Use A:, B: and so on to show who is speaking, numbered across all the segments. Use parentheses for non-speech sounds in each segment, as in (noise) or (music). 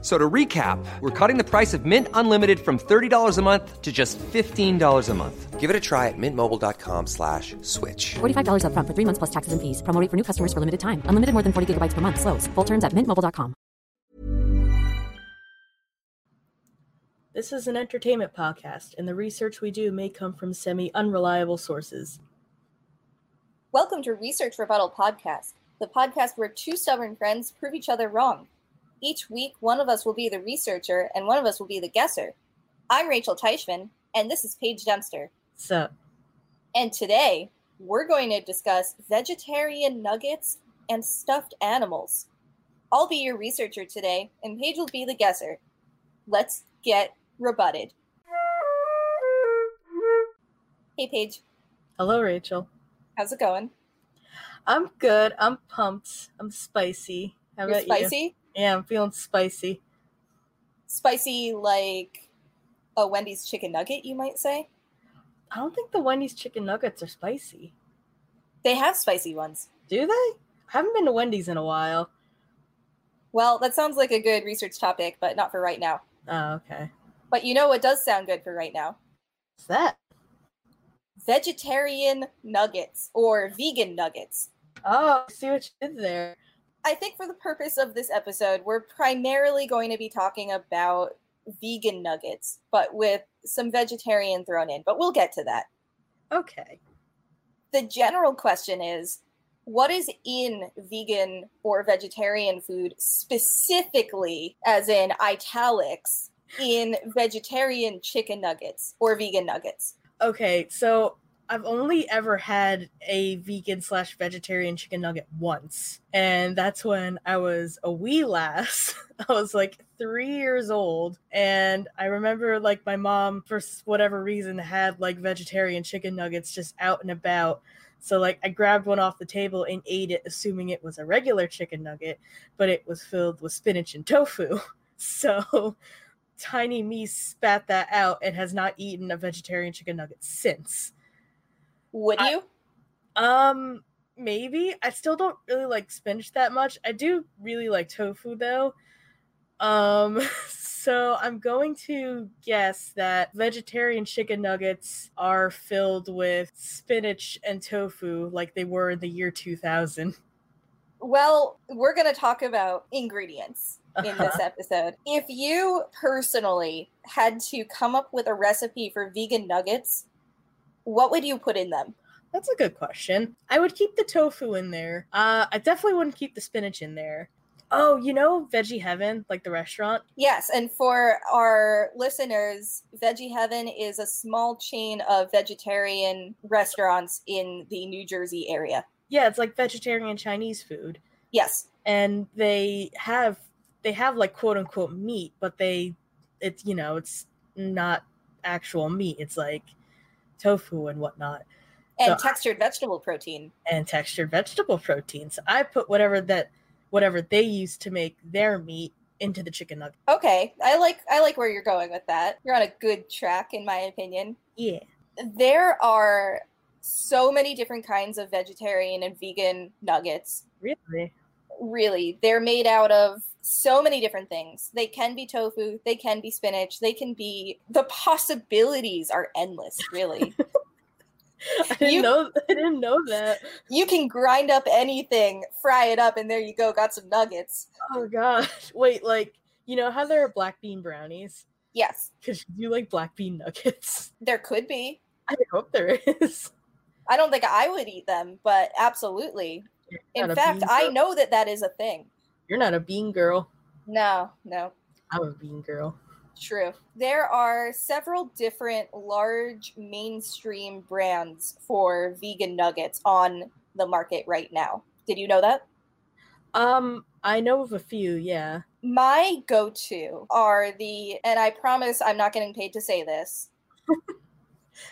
A: So to recap, we're cutting the price of Mint Unlimited from $30 a month to just $15 a month. Give it a try at mintmobile.com slash switch.
B: $45 upfront for three months plus taxes and fees. Promo rate for new customers for limited time. Unlimited more than 40 gigabytes per month. Slows. Full terms at mintmobile.com.
C: This is an entertainment podcast, and the research we do may come from semi unreliable sources.
D: Welcome to Research Rebuttal Podcast, the podcast where two stubborn friends prove each other wrong. Each week, one of us will be the researcher and one of us will be the guesser. I'm Rachel Teichman, and this is Paige Dempster.
C: So,
D: And today, we're going to discuss vegetarian nuggets and stuffed animals. I'll be your researcher today, and Paige will be the guesser. Let's get rebutted. Hey, Paige,
C: hello, Rachel.
D: how's it going?
C: I'm good. I'm pumped. I'm spicy. How
D: You're
C: about
D: spicy?
C: you? Yeah, I'm feeling spicy.
D: spicy like a Wendy's chicken nugget, you might say.
C: I don't think the Wendy's chicken nuggets are spicy.
D: They have spicy ones.
C: Do they? I haven't been to Wendy's in a while.
D: Well, that sounds like a good research topic, but not for right now.
C: Oh, okay.
D: But you know what does sound good for right now?
C: What's that?
D: Vegetarian nuggets or vegan nuggets.
C: Oh, I see what you did there.
D: I think for the purpose of this episode, we're primarily going to be talking about vegan nuggets, but with some vegetarian thrown in. But we'll get to that.
C: Okay.
D: the general question is what is in vegan or vegetarian food specifically as in italics in vegetarian chicken nuggets or vegan nuggets
C: Okay, so I've only ever had a vegan slash vegetarian chicken nugget once, and that's when I was a wee lass. (laughs) I was like three years old, and I remember like my mom, for s- whatever reason, had like vegetarian chicken nuggets just out and about. So like I grabbed one off the table and ate it, assuming it was a regular chicken nugget, but it was filled with spinach and tofu. (laughs) So tiny me spat that out and has not eaten a vegetarian chicken nugget since.
D: would
C: I-
D: you
C: Um, maybe I still don't really like spinach that much. I do really like tofu though. Um, (laughs) so I'm going to guess that vegetarian chicken nuggets are filled with spinach and tofu like they were in the year 2000.
D: well we're going to talk about ingredients in
C: Uh-huh.
D: this episode if you personally had to come up with a recipe for vegan nuggets what would you put in them
C: That's a good question. I would keep the tofu in there. Uh, I definitely wouldn't keep the spinach in there. Oh, you know, Veggie Heaven, like the restaurant.
D: Yes, and for our listeners, Veggie Heaven is a small chain of vegetarian restaurants in the New Jersey area.
C: Yeah, it's like vegetarian Chinese food,
D: Yes,
C: and they have they have like quote unquote meat, but they it's you know it's not actual meat. It's like tofu and whatnot,
D: and
C: So I-
D: textured vegetable protein.
C: and textured vegetable protein. So I put whatever that whatever they use to make their meat into the chicken nugget.
D: Okay, I like I like where you're going with that. You're on a good track in my opinion.
C: Yeah.
D: There are so many different kinds of vegetarian and vegan nuggets.
C: Really? (laughs)
D: really they're made out of so many different things they can be tofu they can be spinach they can be the possibilities are endless
C: (laughs)
D: really
C: I didn't
D: You-
C: know (laughs) I didn't know that.
D: you can grind up anything fry it up and there you go got some nuggets
C: Oh gosh. Wait, like, you know how there are black bean brownies?
D: yes
C: Because you like black bean nuggets. (laughs)
D: there could be
C: I hope there is.
D: i don't think i would eat them but absolutely in
C: Not a
D: fact
C: bean
D: i
C: girl?
D: know that that is a thing
C: You're not a bean girl.
D: no no
C: I'm a bean girl.
D: True. There are several different large mainstream brands for vegan nuggets on the market right now. Did you know that?
C: Um, I know of a few, yeah.
D: My go to are the, and I promise I'm not getting paid to say this. (laughs)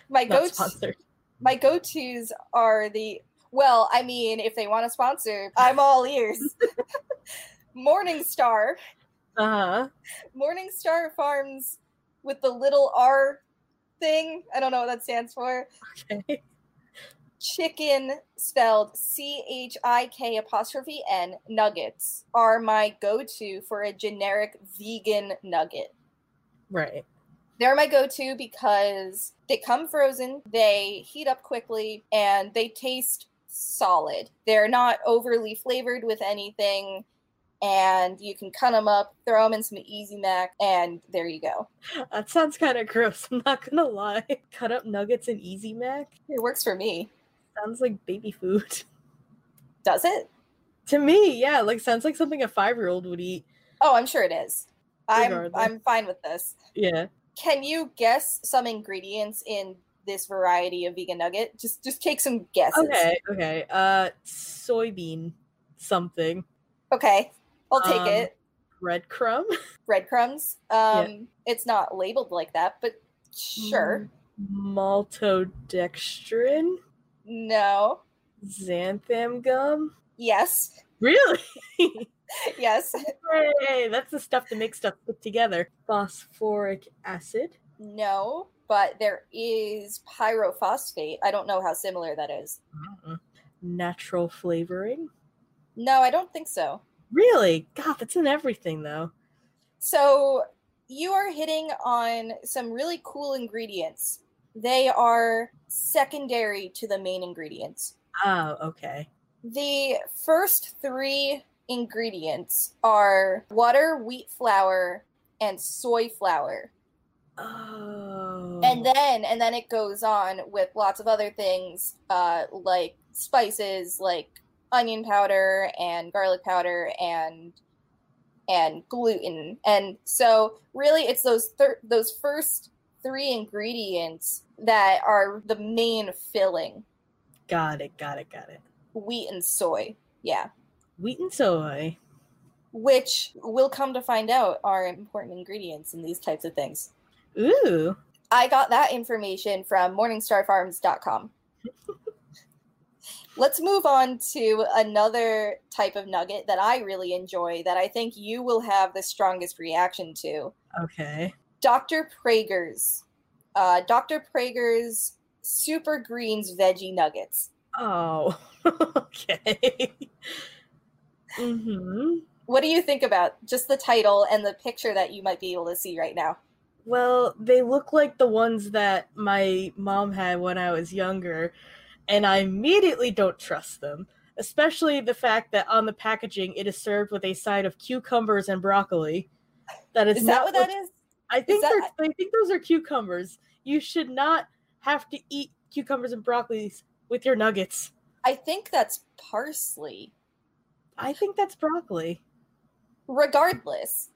D: My
C: Not
D: go to
C: sponsored.
D: my go tos are the well, I mean, if they want to sponsor, I'm all ears. (laughs) Morningstar.
C: Uh huh.
D: Morningstar Farms with the little R thing. I don't know what that stands for.
C: Okay. (laughs)
D: Chicken spelled C H I K apostrophe N nuggets are my go to for a generic vegan nugget.
C: Right.
D: They're my go to because they come frozen, they heat up quickly, and they taste solid. They're not overly flavored with anything, and you can cut them up, throw them in some Easy Mac, and there you go.
C: That sounds kind of gross. (laughs) I'm not gonna lie. Cut up nuggets and Easy Mac
D: It works for me.
C: sounds like baby food (laughs)
D: Does it?
C: to me. Yeah, like sounds like something a five year old would eat.
D: Oh, I'm sure it is. I'm,
C: Regardless.
D: I'm fine with this.
C: Yeah.
D: Can you guess some ingredients in this variety of vegan nugget? Just just take some guesses.
C: Okay. Okay. Uh, soybean something.
D: Okay, I'll take
C: Um,
D: it.
C: Breadcrumb.
D: Breadcrumbs. Um, it's not labeled like that, but
C: Hmm.
D: sure.
C: Maltodextrin.
D: No.
C: Xanthan gum.
D: Yes. (laughs)
C: Really? (laughs)
D: Yes.
C: Hey, that's the stuff to make stuff put together. Phosphoric acid.
D: No. But there is pyrophosphate. I don't know how similar that is.
C: Natural flavoring.
D: No, I don't think so.
C: Really? God, that's in everything though.
D: So you are hitting on some really cool ingredients. They are secondary to the main ingredients.
C: Oh, okay.
D: The first three ingredients are water, wheat flour, and soy flour.
C: Oh.
D: And then and then it goes on with lots of other things uh, like spices like onion powder and garlic powder and and gluten. And so really it's those thir- those first three ingredients that are the main filling.
C: got it, got it, got it.
D: Wheat and soy. Yeah.
C: Wheat and soy.
D: which we'll come to find out are important ingredients in these types of things.
C: Ooh.
D: I got that information from morningstarfarms.com. (laughs) Let's move on to another type of nugget that I really enjoy that I think you will have the strongest reaction to.
C: Okay.
D: Dr. Prager's. Uh, Dr. Prager's Super Greens Veggie Nuggets.
C: Oh. (laughs) okay. mhm.
D: What do you think about just the title and the picture that you might be able to see right now?
C: Well, they look like the ones that my mom had when I was younger, and I immediately don't trust them. Especially the fact that on the packaging it is served with a side of cucumbers and broccoli. That is,
D: Is
C: not
D: that what that is?
C: I think
D: that-
C: they're- I think those are cucumbers. You should not have to eat cucumbers and broccoli with your nuggets.
D: I think that's parsley.
C: I think that's broccoli.
D: Regardless,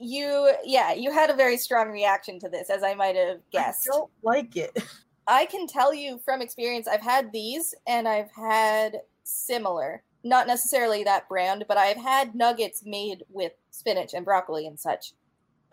D: you yeah, you had a very strong reaction to this, as I might have guessed.
C: I don't like it. (laughs)
D: I can tell you from experience, I've had these and I've had similar, not necessarily that brand, but I've had nuggets made with spinach and broccoli and such.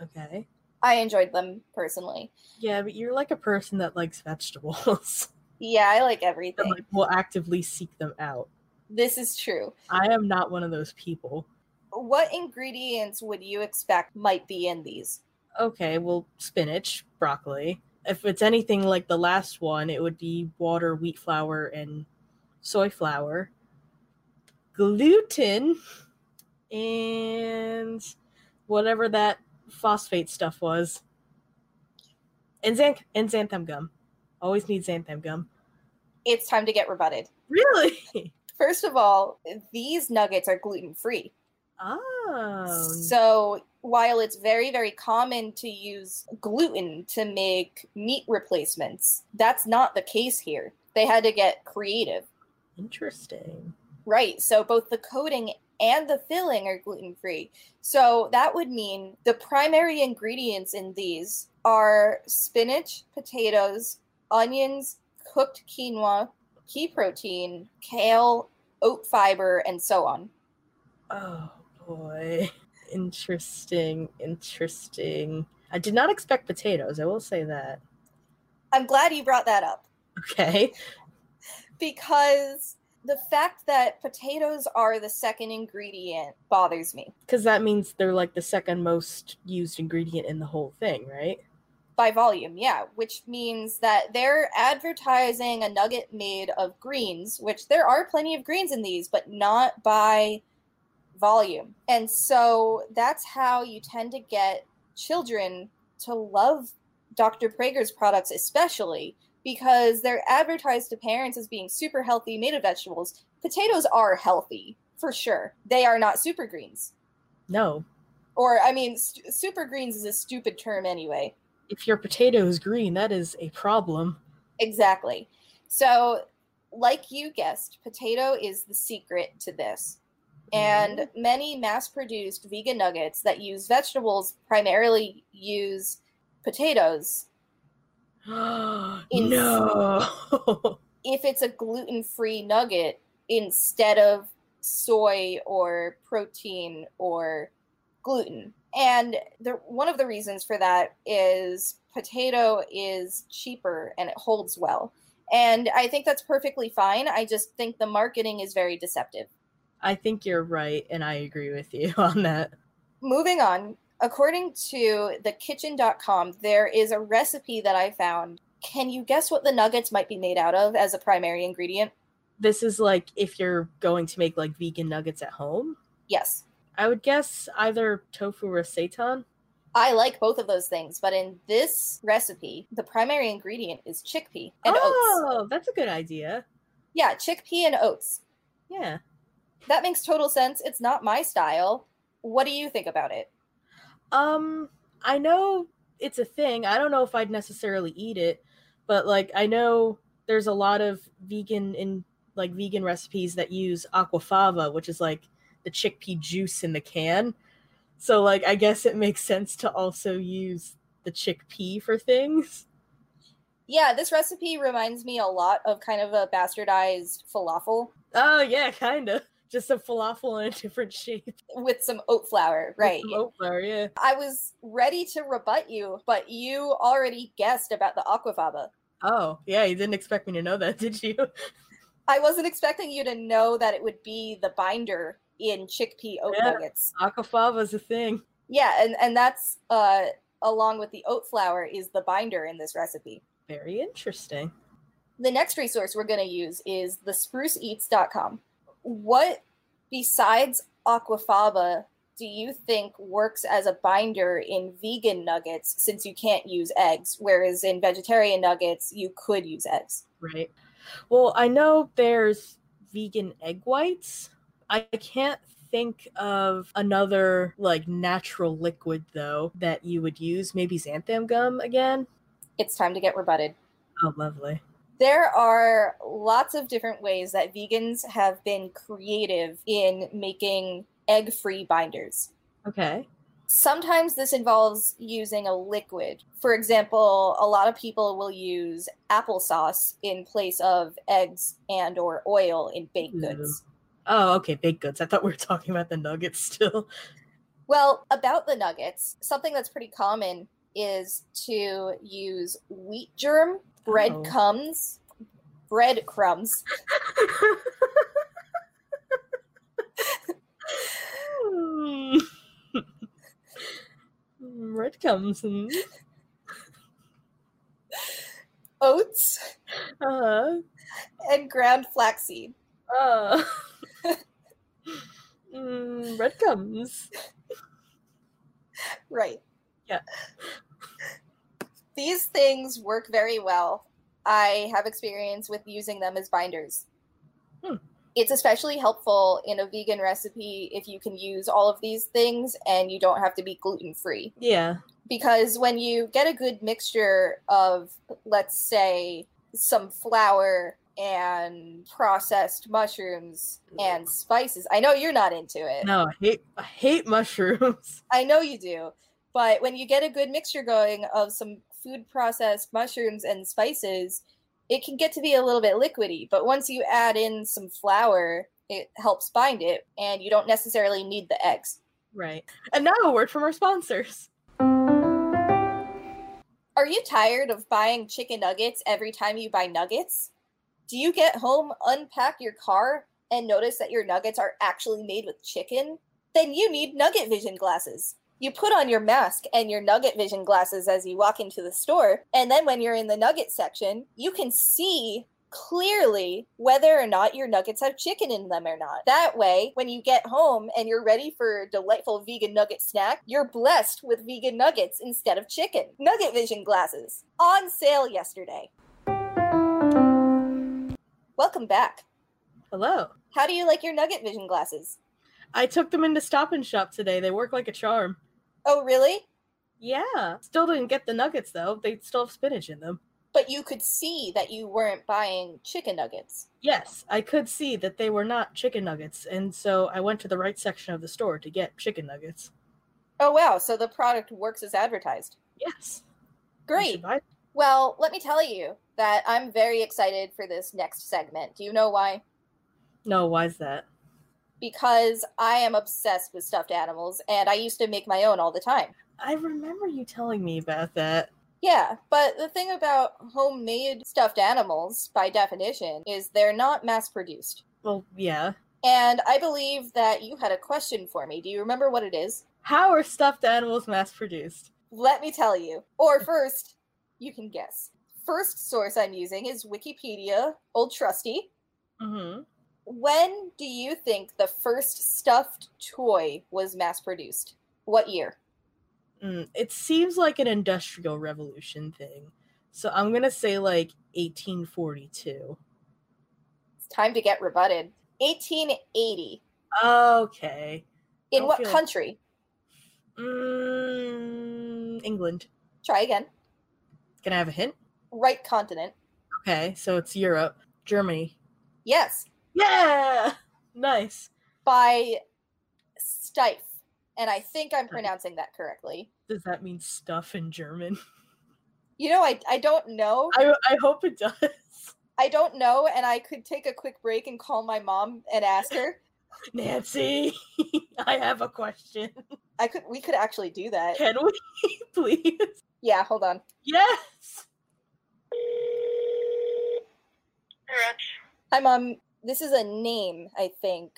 C: Okay.
D: I enjoyed them personally.
C: Yeah, but you're like a person that likes vegetables. (laughs)
D: Yeah, I like everything.
C: that like will actively seek them out.
D: this is true.
C: I am not one of those people.
D: What ingredients would you expect might be in these?
C: Okay, well, spinach, broccoli. If it's anything like the last one, it would be water, wheat flour, and soy flour, gluten, and whatever that phosphate stuff was, and, xan- and xanthan gum. Always need xanthan gum.
D: It's time to get rebutted.
C: Really? (laughs)
D: First of all, these nuggets are gluten free.
C: Oh,
D: So while it's very, very common to use gluten to make meat replacements, that's not the case here. They had to get creative.
C: interesting.
D: Right. So both the coating and the filling are gluten free. So that would mean the primary ingredients in these are spinach, potatoes, onions, cooked quinoa, pea protein, kale, oat fiber, and so on.
C: Oh boy. (laughs) Interesting, interesting. I did not expect potatoes, I will say that. (laughs)
D: I'm glad you brought that up.
C: Okay.
D: because the fact that potatoes are the second ingredient bothers me
C: Because that means they're like the second most used ingredient in the whole thing, right?
D: by volume, yeah, which means that they're advertising a nugget made of greens, which there are plenty of greens in these, but not by volume. And so that's how you tend to get children to love Dr. Prager's products, especially because they're advertised to parents as being super healthy, made of vegetables. Potatoes are healthy for sure, they are not super greens.
C: No.
D: Or, I mean, st- super greens is a stupid term anyway.
C: If your potato is green, that is a problem. (gasps)
D: Exactly. So, like you guessed, potato is the secret to this. And many mass produced vegan nuggets that use vegetables primarily use potatoes.
C: no. (laughs)
D: If it's a gluten free nugget instead of soy or protein or gluten. And the, one of the reasons for that is potato is cheaper and it holds well. And I think that's perfectly fine. I just think the marketing is very deceptive.
C: I think you're right, and I agree with you (laughs) on that.
D: Moving on, according to thekitchen.com, there is a recipe that I found. Can you guess what the nuggets might be made out of as a primary ingredient?
C: This is like if you're going to make like vegan nuggets at home.
D: Yes.
C: I would guess either tofu or seitan.
D: I like both of those things, but in this recipe, the primary ingredient is chickpea and oats.
C: oh, that's a good idea.
D: Yeah, chickpea and oats.
C: Yeah.
D: That makes total sense. It's not my style. What do you think about it?
C: Um, I know it's a thing. I don't know if I'd necessarily eat it, but like I know there's a lot of vegan in like vegan recipes that use aquafaba, which is like the chickpea juice in the can. So like I guess it makes sense to also use the chickpea for things. (laughs)
D: Yeah, this recipe reminds me a lot of kind of a bastardized falafel
C: Oh yeah, kind of. Just a falafel in a different shape. (laughs)
D: with some oat flour, right?
C: Oh, yeah.
D: I was ready to rebut you, but you already guessed about the aquafaba.
C: Oh, yeah, you didn't expect me to know that, (laughs) did you?
D: I wasn't expecting you to know that it would be the binder in chickpea oat
C: Yeah.
D: nuggets.
C: Aquafaba's a thing.
D: Yeah, and and that's uh along with the oat flour is the binder in this recipe.
C: Very interesting.
D: The next resource we're going to use is the spruceeats.com. What besides aquafaba do you think works as a binder in vegan nuggets since you can't use eggs whereas in vegetarian nuggets you could use eggs?
C: Right. Well, I know there's vegan egg whites. I can't think of another like natural liquid though that you would use. Maybe xanthan gum again.
D: It's time to get rebutted.
C: Oh, lovely.
D: There are lots of different ways that vegans have been creative in making egg-free binders.
C: Okay.
D: Sometimes this involves using a liquid. For example, a lot of people will use applesauce in place of eggs and or oil in baked
C: Ooh.
D: goods.
C: Oh, okay. Baked goods. I thought we were talking about the nuggets still. (laughs)
D: Well, about the nuggets, something that's pretty common is to use wheat germ, bread
C: Oh.
D: crumbs, bread crumbs,
C: Hmm. (laughs) Red comes and
D: oats,
C: uh,
D: and ground flaxseed.
C: uh. (laughs) mm, red comes.
D: Right.
C: Yeah.
D: These things work very well. I have experience with using them as binders.
C: Hmm.
D: It's especially helpful in a vegan recipe if you can use all of these things and you don't have to be gluten free.
C: Yeah.
D: Because when you get a good mixture of, let's say, some flour and processed mushrooms and spices, I know you're not into it.
C: No, I hate I hate mushrooms. (laughs)
D: I know you do, but when you get a good mixture going of some food processed mushrooms and spices, it can get to be a little bit liquidy. But once you add in some flour, it helps bind it, and you don't necessarily need the eggs.
C: Right. And now a word from our sponsors.
D: Are you tired of buying chicken nuggets every time you buy nuggets? Do you get home, unpack your car, and notice that your nuggets are actually made with chicken? Then you need nugget vision glasses. You put on your mask and your nugget vision glasses as you walk into the store, and then when you're in the nugget section, you can see clearly whether or not your nuggets have chicken in them or not. That way, when you get home and you're ready for a delightful vegan nugget snack, you're blessed with vegan nuggets instead of chicken. Nugget Vision glasses on sale yesterday. Welcome back.
C: Hello.
D: How do you like your Nugget Vision glasses?
C: I took them into Stop and Shop today. They work like a charm.
D: Oh, really?
C: Yeah. Still didn't get the nuggets though. They still have spinach in them.
D: But you could see that you weren't buying chicken nuggets.
C: Yes, I could see that they were not chicken nuggets, and so I went to the right section of the store to get chicken nuggets.
D: Oh, wow. So the product works as advertised.
C: Yes. you should
D: Great.
C: buy-
D: Well, let me tell you that I'm very excited for this next segment. Do you know why?
C: No, why's that?
D: Because I am obsessed with stuffed animals and I used to make my own all the time.
C: I remember you telling me about that.
D: Yeah, but the thing about homemade stuffed animals, by definition, is they're not mass produced.
C: Well, yeah.
D: And I believe that you had a question for me. Do you remember what it is?
C: How are stuffed animals mass produced?
D: Let me tell you. Or first, you can guess. First source I'm using is Wikipedia, old trusty.
C: Mm-hmm.
D: When do you think the first stuffed toy was mass produced? What year?
C: Mm, it seems like an industrial revolution thing. So I'm going to say like 1842.
D: It's time to get rebutted. 1880.
C: Okay.
D: In
C: Don't
D: what
C: feel like-
D: country?
C: Mm, England.
D: Try again.
C: Can I have a hint?
D: Right continent.
C: Okay, so it's Europe, Germany.
D: Yes,
C: Yeah! Nice.
D: by Stife. And I think I'm
C: Stipe.
D: pronouncing that correctly.
C: Does that mean stuff in German? (laughs)
D: You know, I, I don't know.
C: I, I hope it does. (laughs)
D: I don't know. And I could take a quick break and call my mom and ask her.
C: Nancy, (laughs) I have a question.
D: I could, we could actually do that.
C: Can we (laughs) please?
D: Yeah, hold on.
C: Yes!
D: Hi, Mom. This is a name, I think.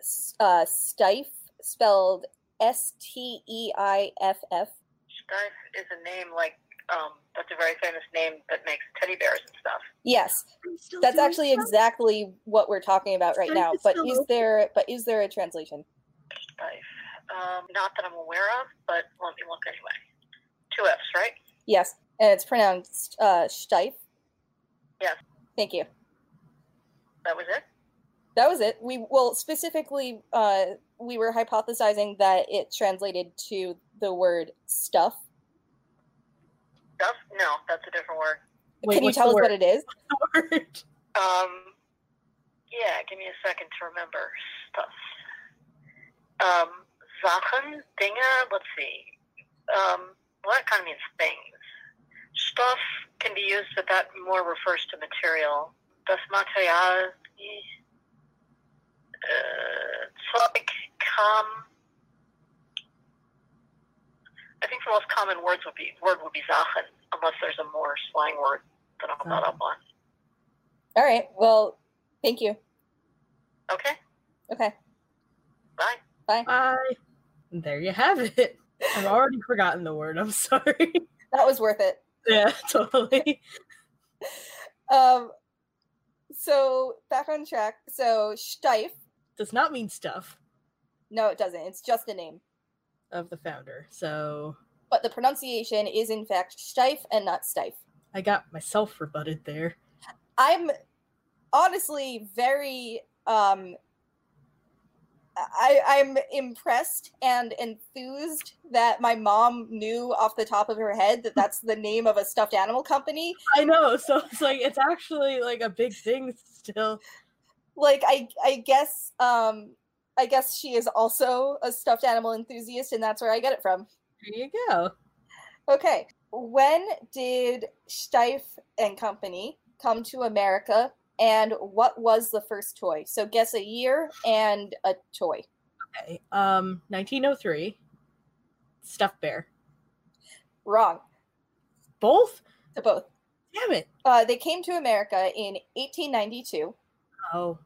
D: S- Uh, Stife, spelled S T E I F F.
E: Stife is a name like um, that's a very famous name that makes teddy bears and stuff.
D: Yes,
C: I'm still
D: that's
C: doing
D: actually
C: stuff.
D: exactly what we're talking about right
C: Stife
D: now.
C: is
D: But
C: still
D: is
C: open.
D: there but is there a translation?
E: Stife. Um, not that I'm aware of, but let me look anyway. Two F's, right?
D: Yes, and it's pronounced uh, Stife.
E: Yes.
D: Thank you.
E: That was it.
D: That was it. We well specifically uh, we were hypothesizing that it translated to the word stuff.
E: Stuff? No, that's a different word.
C: Wait,
D: Can you
C: what's
D: tell
C: the word?
D: us what it is?
C: word? (laughs)
E: Um, yeah, give me a second to remember stuff. Um, Sachen, Dinge. Let's see. Um, well, that kind of means things. Stuff can be used, but that more refers to material. Das Material, uh, Zeug kam. I think the most common words would be word would be Sachen, unless there's a more slang word that I'm not up on.
D: All right. Well, thank you.
E: Okay.
D: Okay.
E: Bye.
D: Bye.
C: I. There you have it. I've already forgotten the word. I'm (laughs) sorry.
D: That was worth it.
C: yeah, (laughs) totally.
D: Um, so back on track. So Stife,
C: Does not mean stuff
D: no, it doesn't. It's just a name,
C: of the founder. So
D: but the pronunciation is in fact Stife and not Stife.
C: I got myself rebutted there.
D: I'm honestly very um, I I'm impressed and enthused that my mom knew off the top of her head that that's the name of a stuffed animal company.
C: I know. So it's like it's actually like a big thing still.
D: like I I guess um I guess she is also a stuffed animal enthusiast and that's where I get it from.
C: There you go.
D: Okay. When did Steiff and Company come to America and what was the first toy? So guess a year and a toy.
C: Okay. Um, 1903. Stuffed bear.
D: Wrong
C: Both.
D: to both.
C: Damn it.
D: Uh, they came to America in 1892,
C: Oh,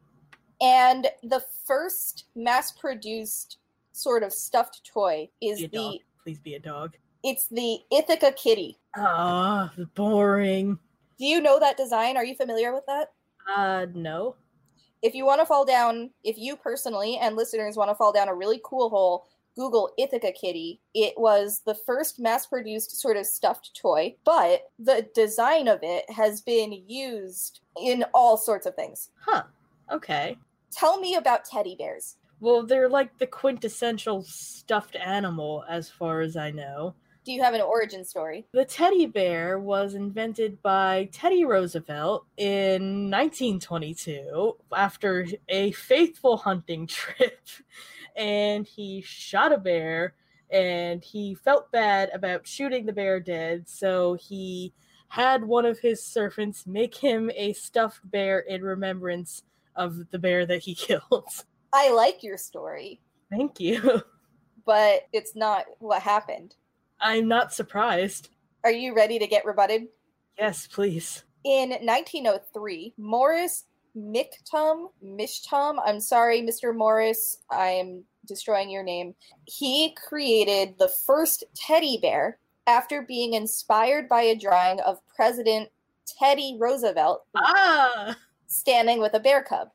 D: and the first mass produced sort of stuffed toy is
C: be a dog.
D: the
C: Please be a dog.
D: it's the Ithaca kitty.
C: Ah, boring.
D: Do you know that design? Are you familiar with that?
C: Uh, no.
D: If you want to fall down, if you personally and listeners want to fall down a really cool hole, Google Ithaca Kitty. It was the first mass produced sort of stuffed toy, but the design of it has been used in all sorts of things.
C: Huh. Okay.
D: Tell me about teddy bears.
C: Well, they're like the quintessential stuffed animal, as far as I know.
D: Do you have an origin story?
C: The teddy bear was invented by Teddy Roosevelt in 1922 after a faithful hunting (laughs) trip. And he shot a bear and he felt bad about shooting the bear dead. So he had one of his servants make him a stuffed bear in remembrance of the bear that he (laughs) killed.
D: I like your story,
C: Thank you.
D: but it's not what happened.
C: I'm not surprised.
D: Are you ready to get rebutted?
C: Yes, please.
D: In 1903, Morris Mictum, Mishtum, I'm sorry, Mr. Morris, I'm destroying your name. He created the first teddy bear after being inspired by a drawing of President Teddy Roosevelt
C: Ah!
D: standing with a bear cub.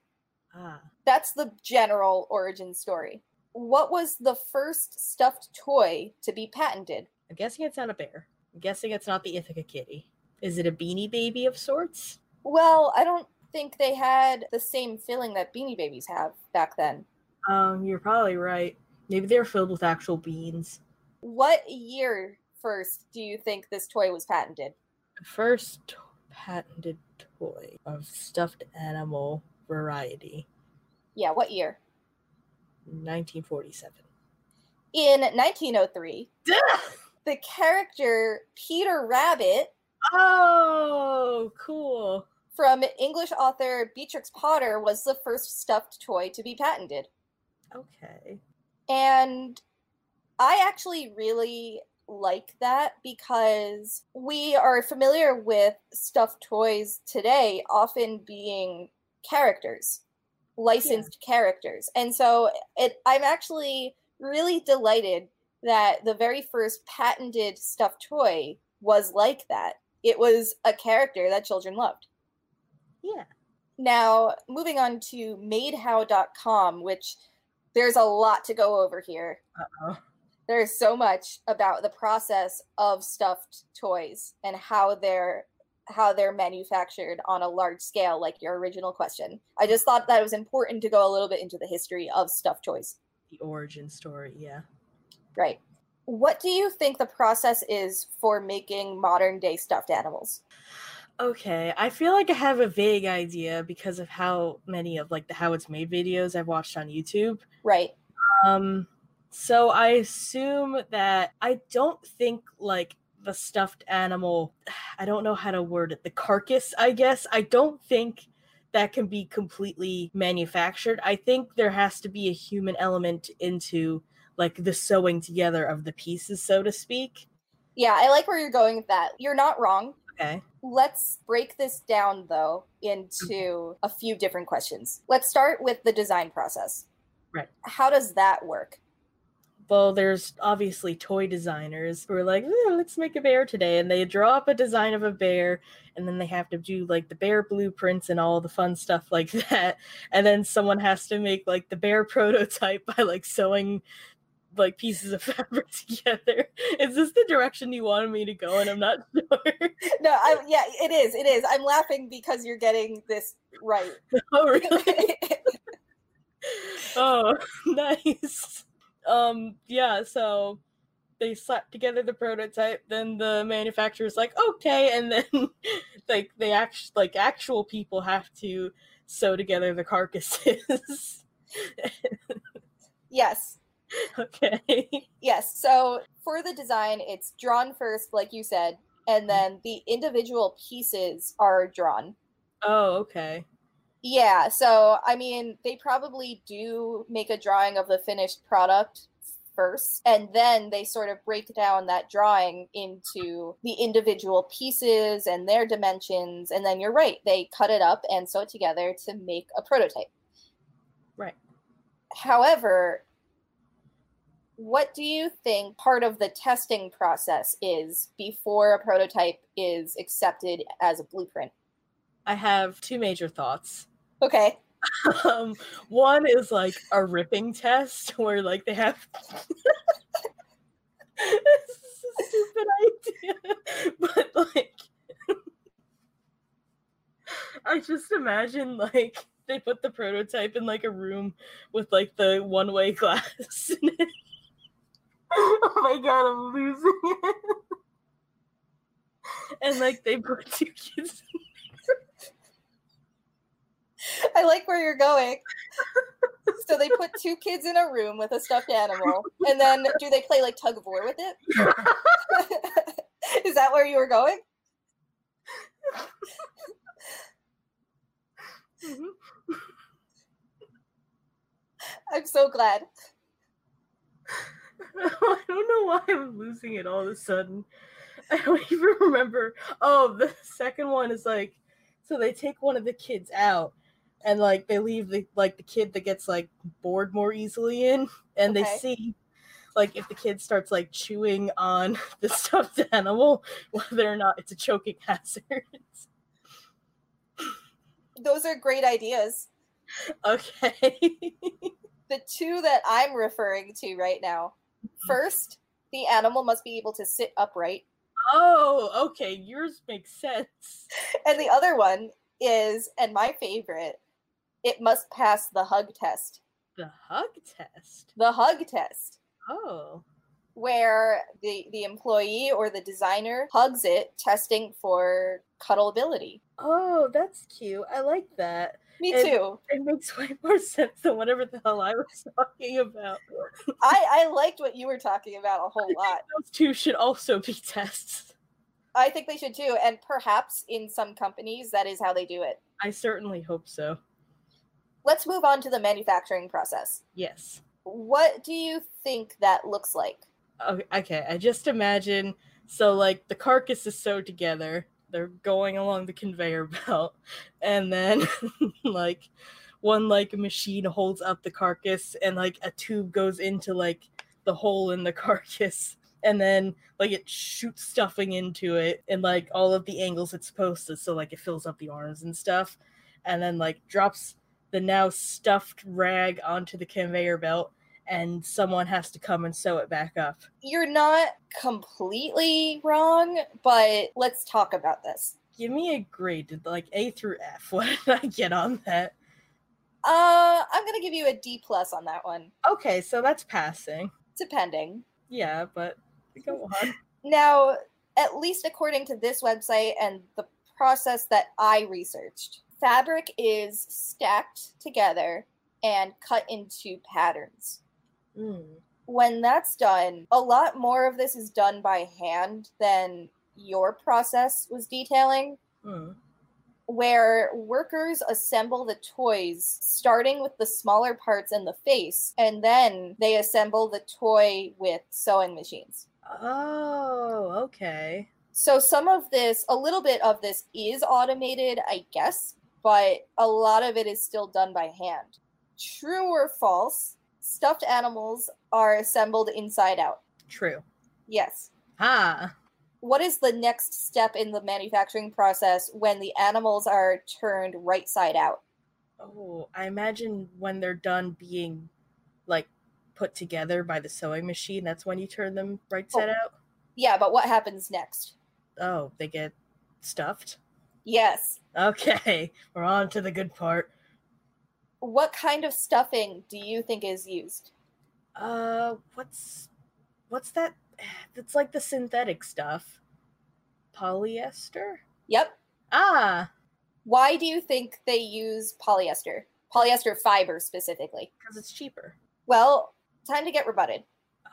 C: Ah.
D: That's the general origin story. What was the first stuffed toy to be patented?
C: I'm guessing it's not a bear. I'm guessing it's not the Ithaca kitty. Is it a beanie baby of sorts?
D: Well, I don't think they had the same filling that beanie babies have back then.
C: Um, you're probably right. Maybe they're filled with actual beans.
D: What year first do you think this toy was patented?
C: The first t- patented toy of stuffed animal variety,
D: Yeah, what year?
C: 1947.
D: In 1903, the character Peter Rabbit
C: oh, cool.
D: from English author Beatrix Potter was the first stuffed toy to be patented.
C: Okay.
D: And I actually really like that because we are familiar with stuffed toys today often being characters, licensed characters. And so it I'm actually really delighted that the very first patented stuffed toy was like that. It was a character that children loved.
C: Yeah.
D: Now, moving on to madehow.com, which there's a lot to go over here.
C: Uh-oh.
D: There's so much about the process of stuffed toys and how they're how they're manufactured on a large scale like your original question. I just thought that it was important to go a little bit into the history of stuffed toys.
C: The origin story, yeah.
D: Right. What do you think the process is for making modern day stuffed animals?
C: Okay, I feel like I have a vague idea because of how many of like the how it's made videos I've watched on YouTube.
D: Right.
C: Um so I assume that I don't think like the stuffed animal (sighs) I don't know how to word it, the carcass, I guess. I don't think that can be completely manufactured. I think there has to be a human element into like the sewing together of the pieces, so to speak.
D: Yeah, I like where you're going with that. You're not wrong.
C: Okay.
D: Let's break this down though into a few different questions. Let's start with the design process.
C: Right.
D: How does that work? (laughs)
C: well, there's obviously toy designers who are like, "Ooh, let's make a bear today. And they draw up a design of a bear, and then they have to do like the bear blueprints and all the fun stuff like (laughs) that. And then someone has to make like the bear (laughs) prototype by like sewing like pieces of (laughs) fabric together. Is this the direction you wanted me to go? And I'm not (laughs) sure.
D: No, I, yeah, it is. It is. I'm laughing because you're getting this right.
C: oh, really? oh, (laughs) nice. Um, yeah, so they slapped together the prototype, then the manufacturer's like, okay, and then (laughs) like they act like actual people have to sew together the carcasses.
D: (laughs)
C: (laughs)
D: yes.
C: okay.
D: Yes. So for the design, it's drawn first, like you said, and then the individual pieces are drawn.
C: Oh, okay.
D: Yeah, so I mean, they probably do make a drawing of the finished product first, and then they sort of break down that drawing into the individual pieces and their dimensions. And then you're right, they cut it up and sew it together to make a prototype.
C: Right.
D: However, what do you think part of the testing process is before a prototype is accepted as a blueprint?
C: I have two major thoughts.
D: Okay.
C: Um, one is like a ripping test where like they have (laughs) this is a stupid idea, (laughs) but like I just imagine like they put the prototype in like a room with like the one way glass (laughs) in it. oh my god, I'm losing it. and like they put two kids
D: I like where you're going. so they put two kids in a room with a stuffed animal, and then do they play like tug of war with it? (laughs) Is that where you were going?
C: Mhm.
D: I'm so glad.
C: (laughs) I don't know why I'm losing it all of a sudden. (laughs) I don't even remember. Oh, the second one is like, so they take one of the kids out, and like they leave the like the kid that gets like bored more easily in, and
D: Okay.
C: they see like if the kid starts like chewing on (laughs) the stuffed animal, whether or not it's a choking (laughs) hazard.
D: Those are great ideas.
C: okay. (laughs)
D: The two that I'm referring to right now. First, the animal must be able to sit upright.
C: oh, okay. Yours makes sense.
D: And the other one is, and my favorite, it must pass the hug test.
C: The hug test.
D: The hug test,
C: Oh.
D: where the, the employee or the designer hugs it, testing for cuddleability.
C: Oh, that's cute. I like that.
D: Me
C: And-
D: too.
C: it makes (laughs) way more sense than whatever the hell I was (laughs) talking about.
D: I, I liked what you were talking about a
C: (laughs)
D: whole lot.
C: Those two should also be (laughs) tests.
D: I think they should too. And perhaps in some companies, that is how they do it.
C: I certainly hope so.
D: Let's move on to the manufacturing process.
C: Yes.
D: What do you think that looks like?
C: O- Okay, I just imagine so like the carcass is sewed together. They're going along the conveyor (laughs) belt and then (laughs) like one like machine holds up the carcass and like a tube goes into like the hole in the (laughs) carcass and then like it shoots stuffing into it and like all of the angles it's supposed to so like it fills up the arms and stuff and then like drops the now stuffed rag onto the conveyor belt and someone has to come and sew it back up.
D: You're not completely wrong, but let's talk about this.
C: Give me a grade, did, like A through F. (laughs) What did I get on that?
D: Uh, I'm gonna give you a D plus on that one,
C: Okay, so that's passing.
D: depending.
C: Yeah, but go on.
D: Now, at least according to this website and the process that I researched, fabric is stacked together and cut into patterns.
C: Mm,
D: When that's done, a lot more of this is done by hand than your process was detailing.
C: mm.
D: where workers assemble the toys, starting with the smaller parts and the face, and then they assemble the toy with sewing machines.
C: Oh, okay.
D: So, some of this, a little bit of this is automated, I guess, but a lot of it is still done by hand. True or false, stuffed animals are assembled inside out.
C: True.
D: Yes.
C: Ah,
D: What is the next step in the manufacturing process when the animals are turned right side out?
C: oh, I imagine when they're done being like put together by the sewing machine, that's when you turn them right side out.
D: Yeah, but what happens next?
C: Oh, they get stuffed.
D: Yes.
C: Okay, we're on to the good part.
D: What kind of stuffing do you think is used?
C: Uh, what's what's that? (sighs) That's like the synthetic stuff. Polyester?
D: Yep.
C: Ah,
D: Why do you think they use polyester? Polyester fiber specifically.
C: because it's cheaper.
D: Well, time to get rebutted.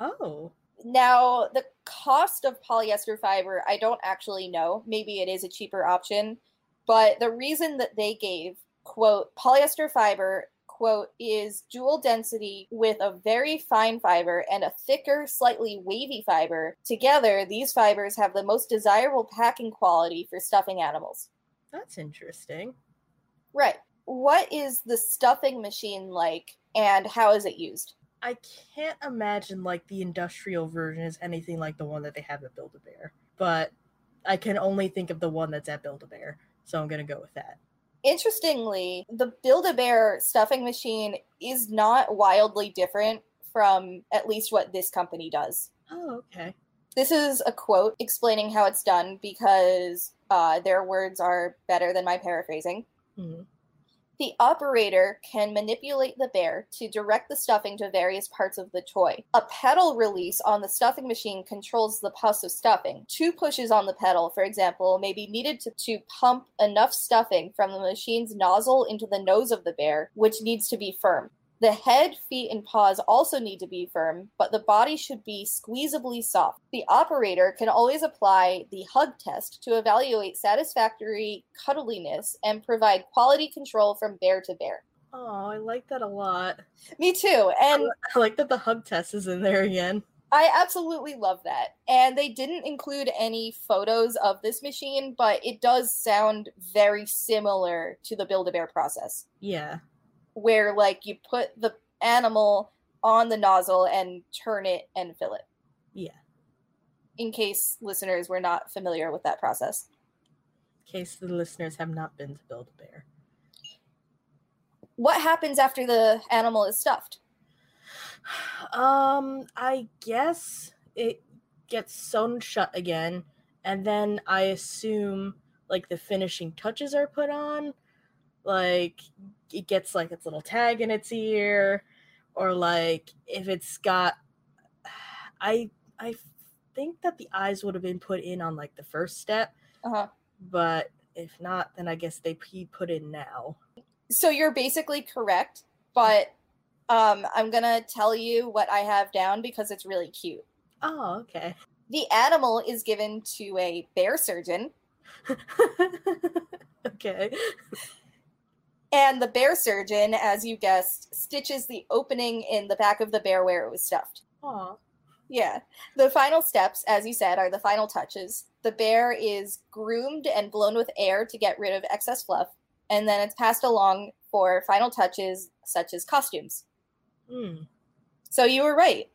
C: Oh,
D: Now, the cost of polyester fiber, I don't actually know. Maybe it is a cheaper option. But the reason that they gave, quote, polyester fiber, quote is dual density with a very fine fiber and a thicker, slightly wavy fiber. Together, these fibers have the most desirable packing quality for stuffing animals.
C: That's interesting.
D: Right. What is the stuffing machine like and how is it used?
C: I can't imagine like the industrial version is anything like the one that they have at Build a Bear, but I can only think of the one that's at Build a Bear, so I'm gonna go with that.
D: Interestingly, the Build a Bear stuffing machine is not wildly different from at least what this company does.
C: Oh, okay.
D: This is a quote explaining how it's done because uh, their words are better than my paraphrasing.
C: Mhm.
D: The operator can manipulate the bear to direct the stuffing to various parts of the toy. A pedal release on the stuffing machine controls the pulse of stuffing. Two pushes on the pedal, for example, may be needed to, to pump enough stuffing from the machine's nozzle into the nose of the bear, which needs to be firm. The head, feet, and paws also need to be firm, but the body should be squeezably soft. The operator can always apply the hug test to evaluate satisfactory cuddliness and provide quality control from bear to bear.
C: Oh, I like that a lot.
D: Me too. And
C: I like that the hug test is in there again.
D: I absolutely love that. And they didn't include any photos of this machine, but it does sound very similar to the Build a Bear process.
C: Yeah.
D: where like you put the animal on the nozzle and turn it and fill it.
C: Yeah.
D: In case listeners were not familiar with that process.
C: In case the listeners have not been to Build a Bear.
D: What happens after the animal is stuffed?
C: Um, I guess it gets sewn shut again, and then I assume like the finishing touches are put on. Like it gets like its little tag in its ear, or like if it's got, (sighs) I I think that the eyes would have been put in on like the first step,
D: Uh-huh.
C: but if not, then I guess they p- put in now.
D: So you're basically correct, but um, I'm gonna tell you what I have down because it's really cute.
C: Oh, okay. (laughs)
D: The animal is given to a bear surgeon,
C: okay.
D: and the bear surgeon, as you guessed, stitches the opening in the back of the bear where it was stuffed.
C: Aw.
D: Yeah. The final steps, as you said, are the final touches. The bear is groomed and blown with air to get rid of excess fluff, and then it's passed along for final touches such as costumes.
C: Hmm.
D: So you were right.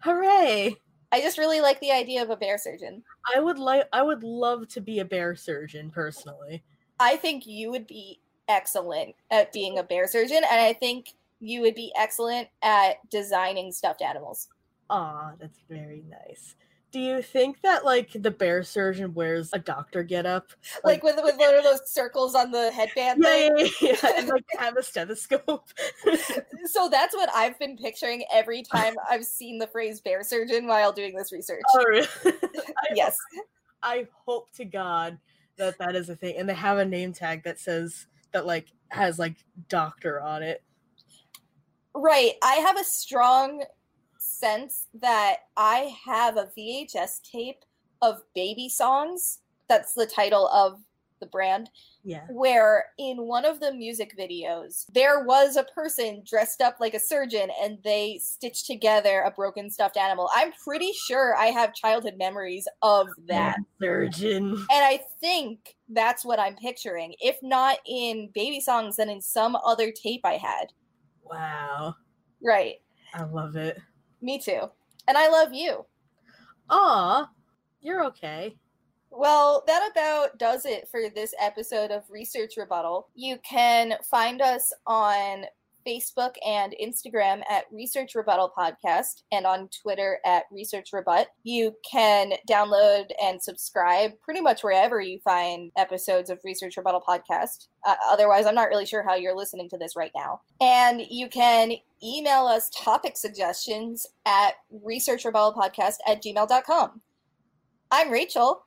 C: Hooray!
D: I just really like the idea of a bear surgeon.
C: I would like I would love to be a bear surgeon personally.
D: I think you would be excellent at being a bear surgeon, and I think you would be excellent at designing stuffed animals.
C: Ah, that's very nice. Do you think that like the bear surgeon wears a doctor getup?
D: Like with with one of those circles on the headband thing.
C: Yeah, yeah, yeah, (laughs)
D: (laughs)
C: yeah, and like have a stethoscope. (laughs) Oh,
D: So that's what I've been picturing every time I've seen the phrase bear surgeon while doing this research.
C: Oh, really? (laughs)
D: yes.
C: I hope to God that that is a thing, and they have a name tag that says that like has like doctor on it.
D: Right. I have a strong sense that I have a VHS tape of baby songs. That's the title of the brand.
C: Yeah.
D: Where in one of the music videos, there was a person dressed up like a surgeon and they stitched together a broken stuffed animal. I'm pretty sure I have childhood memories of that.
C: Bear surgeon.
D: And I think that's what I'm picturing. If not in baby songs, then in some other tape I had.
C: Wow,
D: Right.
C: I love it.
D: Me too. And I love you.
C: Aw, you're okay.
D: Well, that about does it for this episode of Research Rebuttal. You can find us on Facebook and Instagram at Research Rebuttal Podcast and on Twitter at Research Rebut. You can download and subscribe pretty much wherever you find episodes of Research Rebuttal Podcast. Uh, otherwise, I'm not really sure how you're listening to this right now. And you can email us topic suggestions at Research Rebuttal Podcast at gmail.com. I'm Rachel.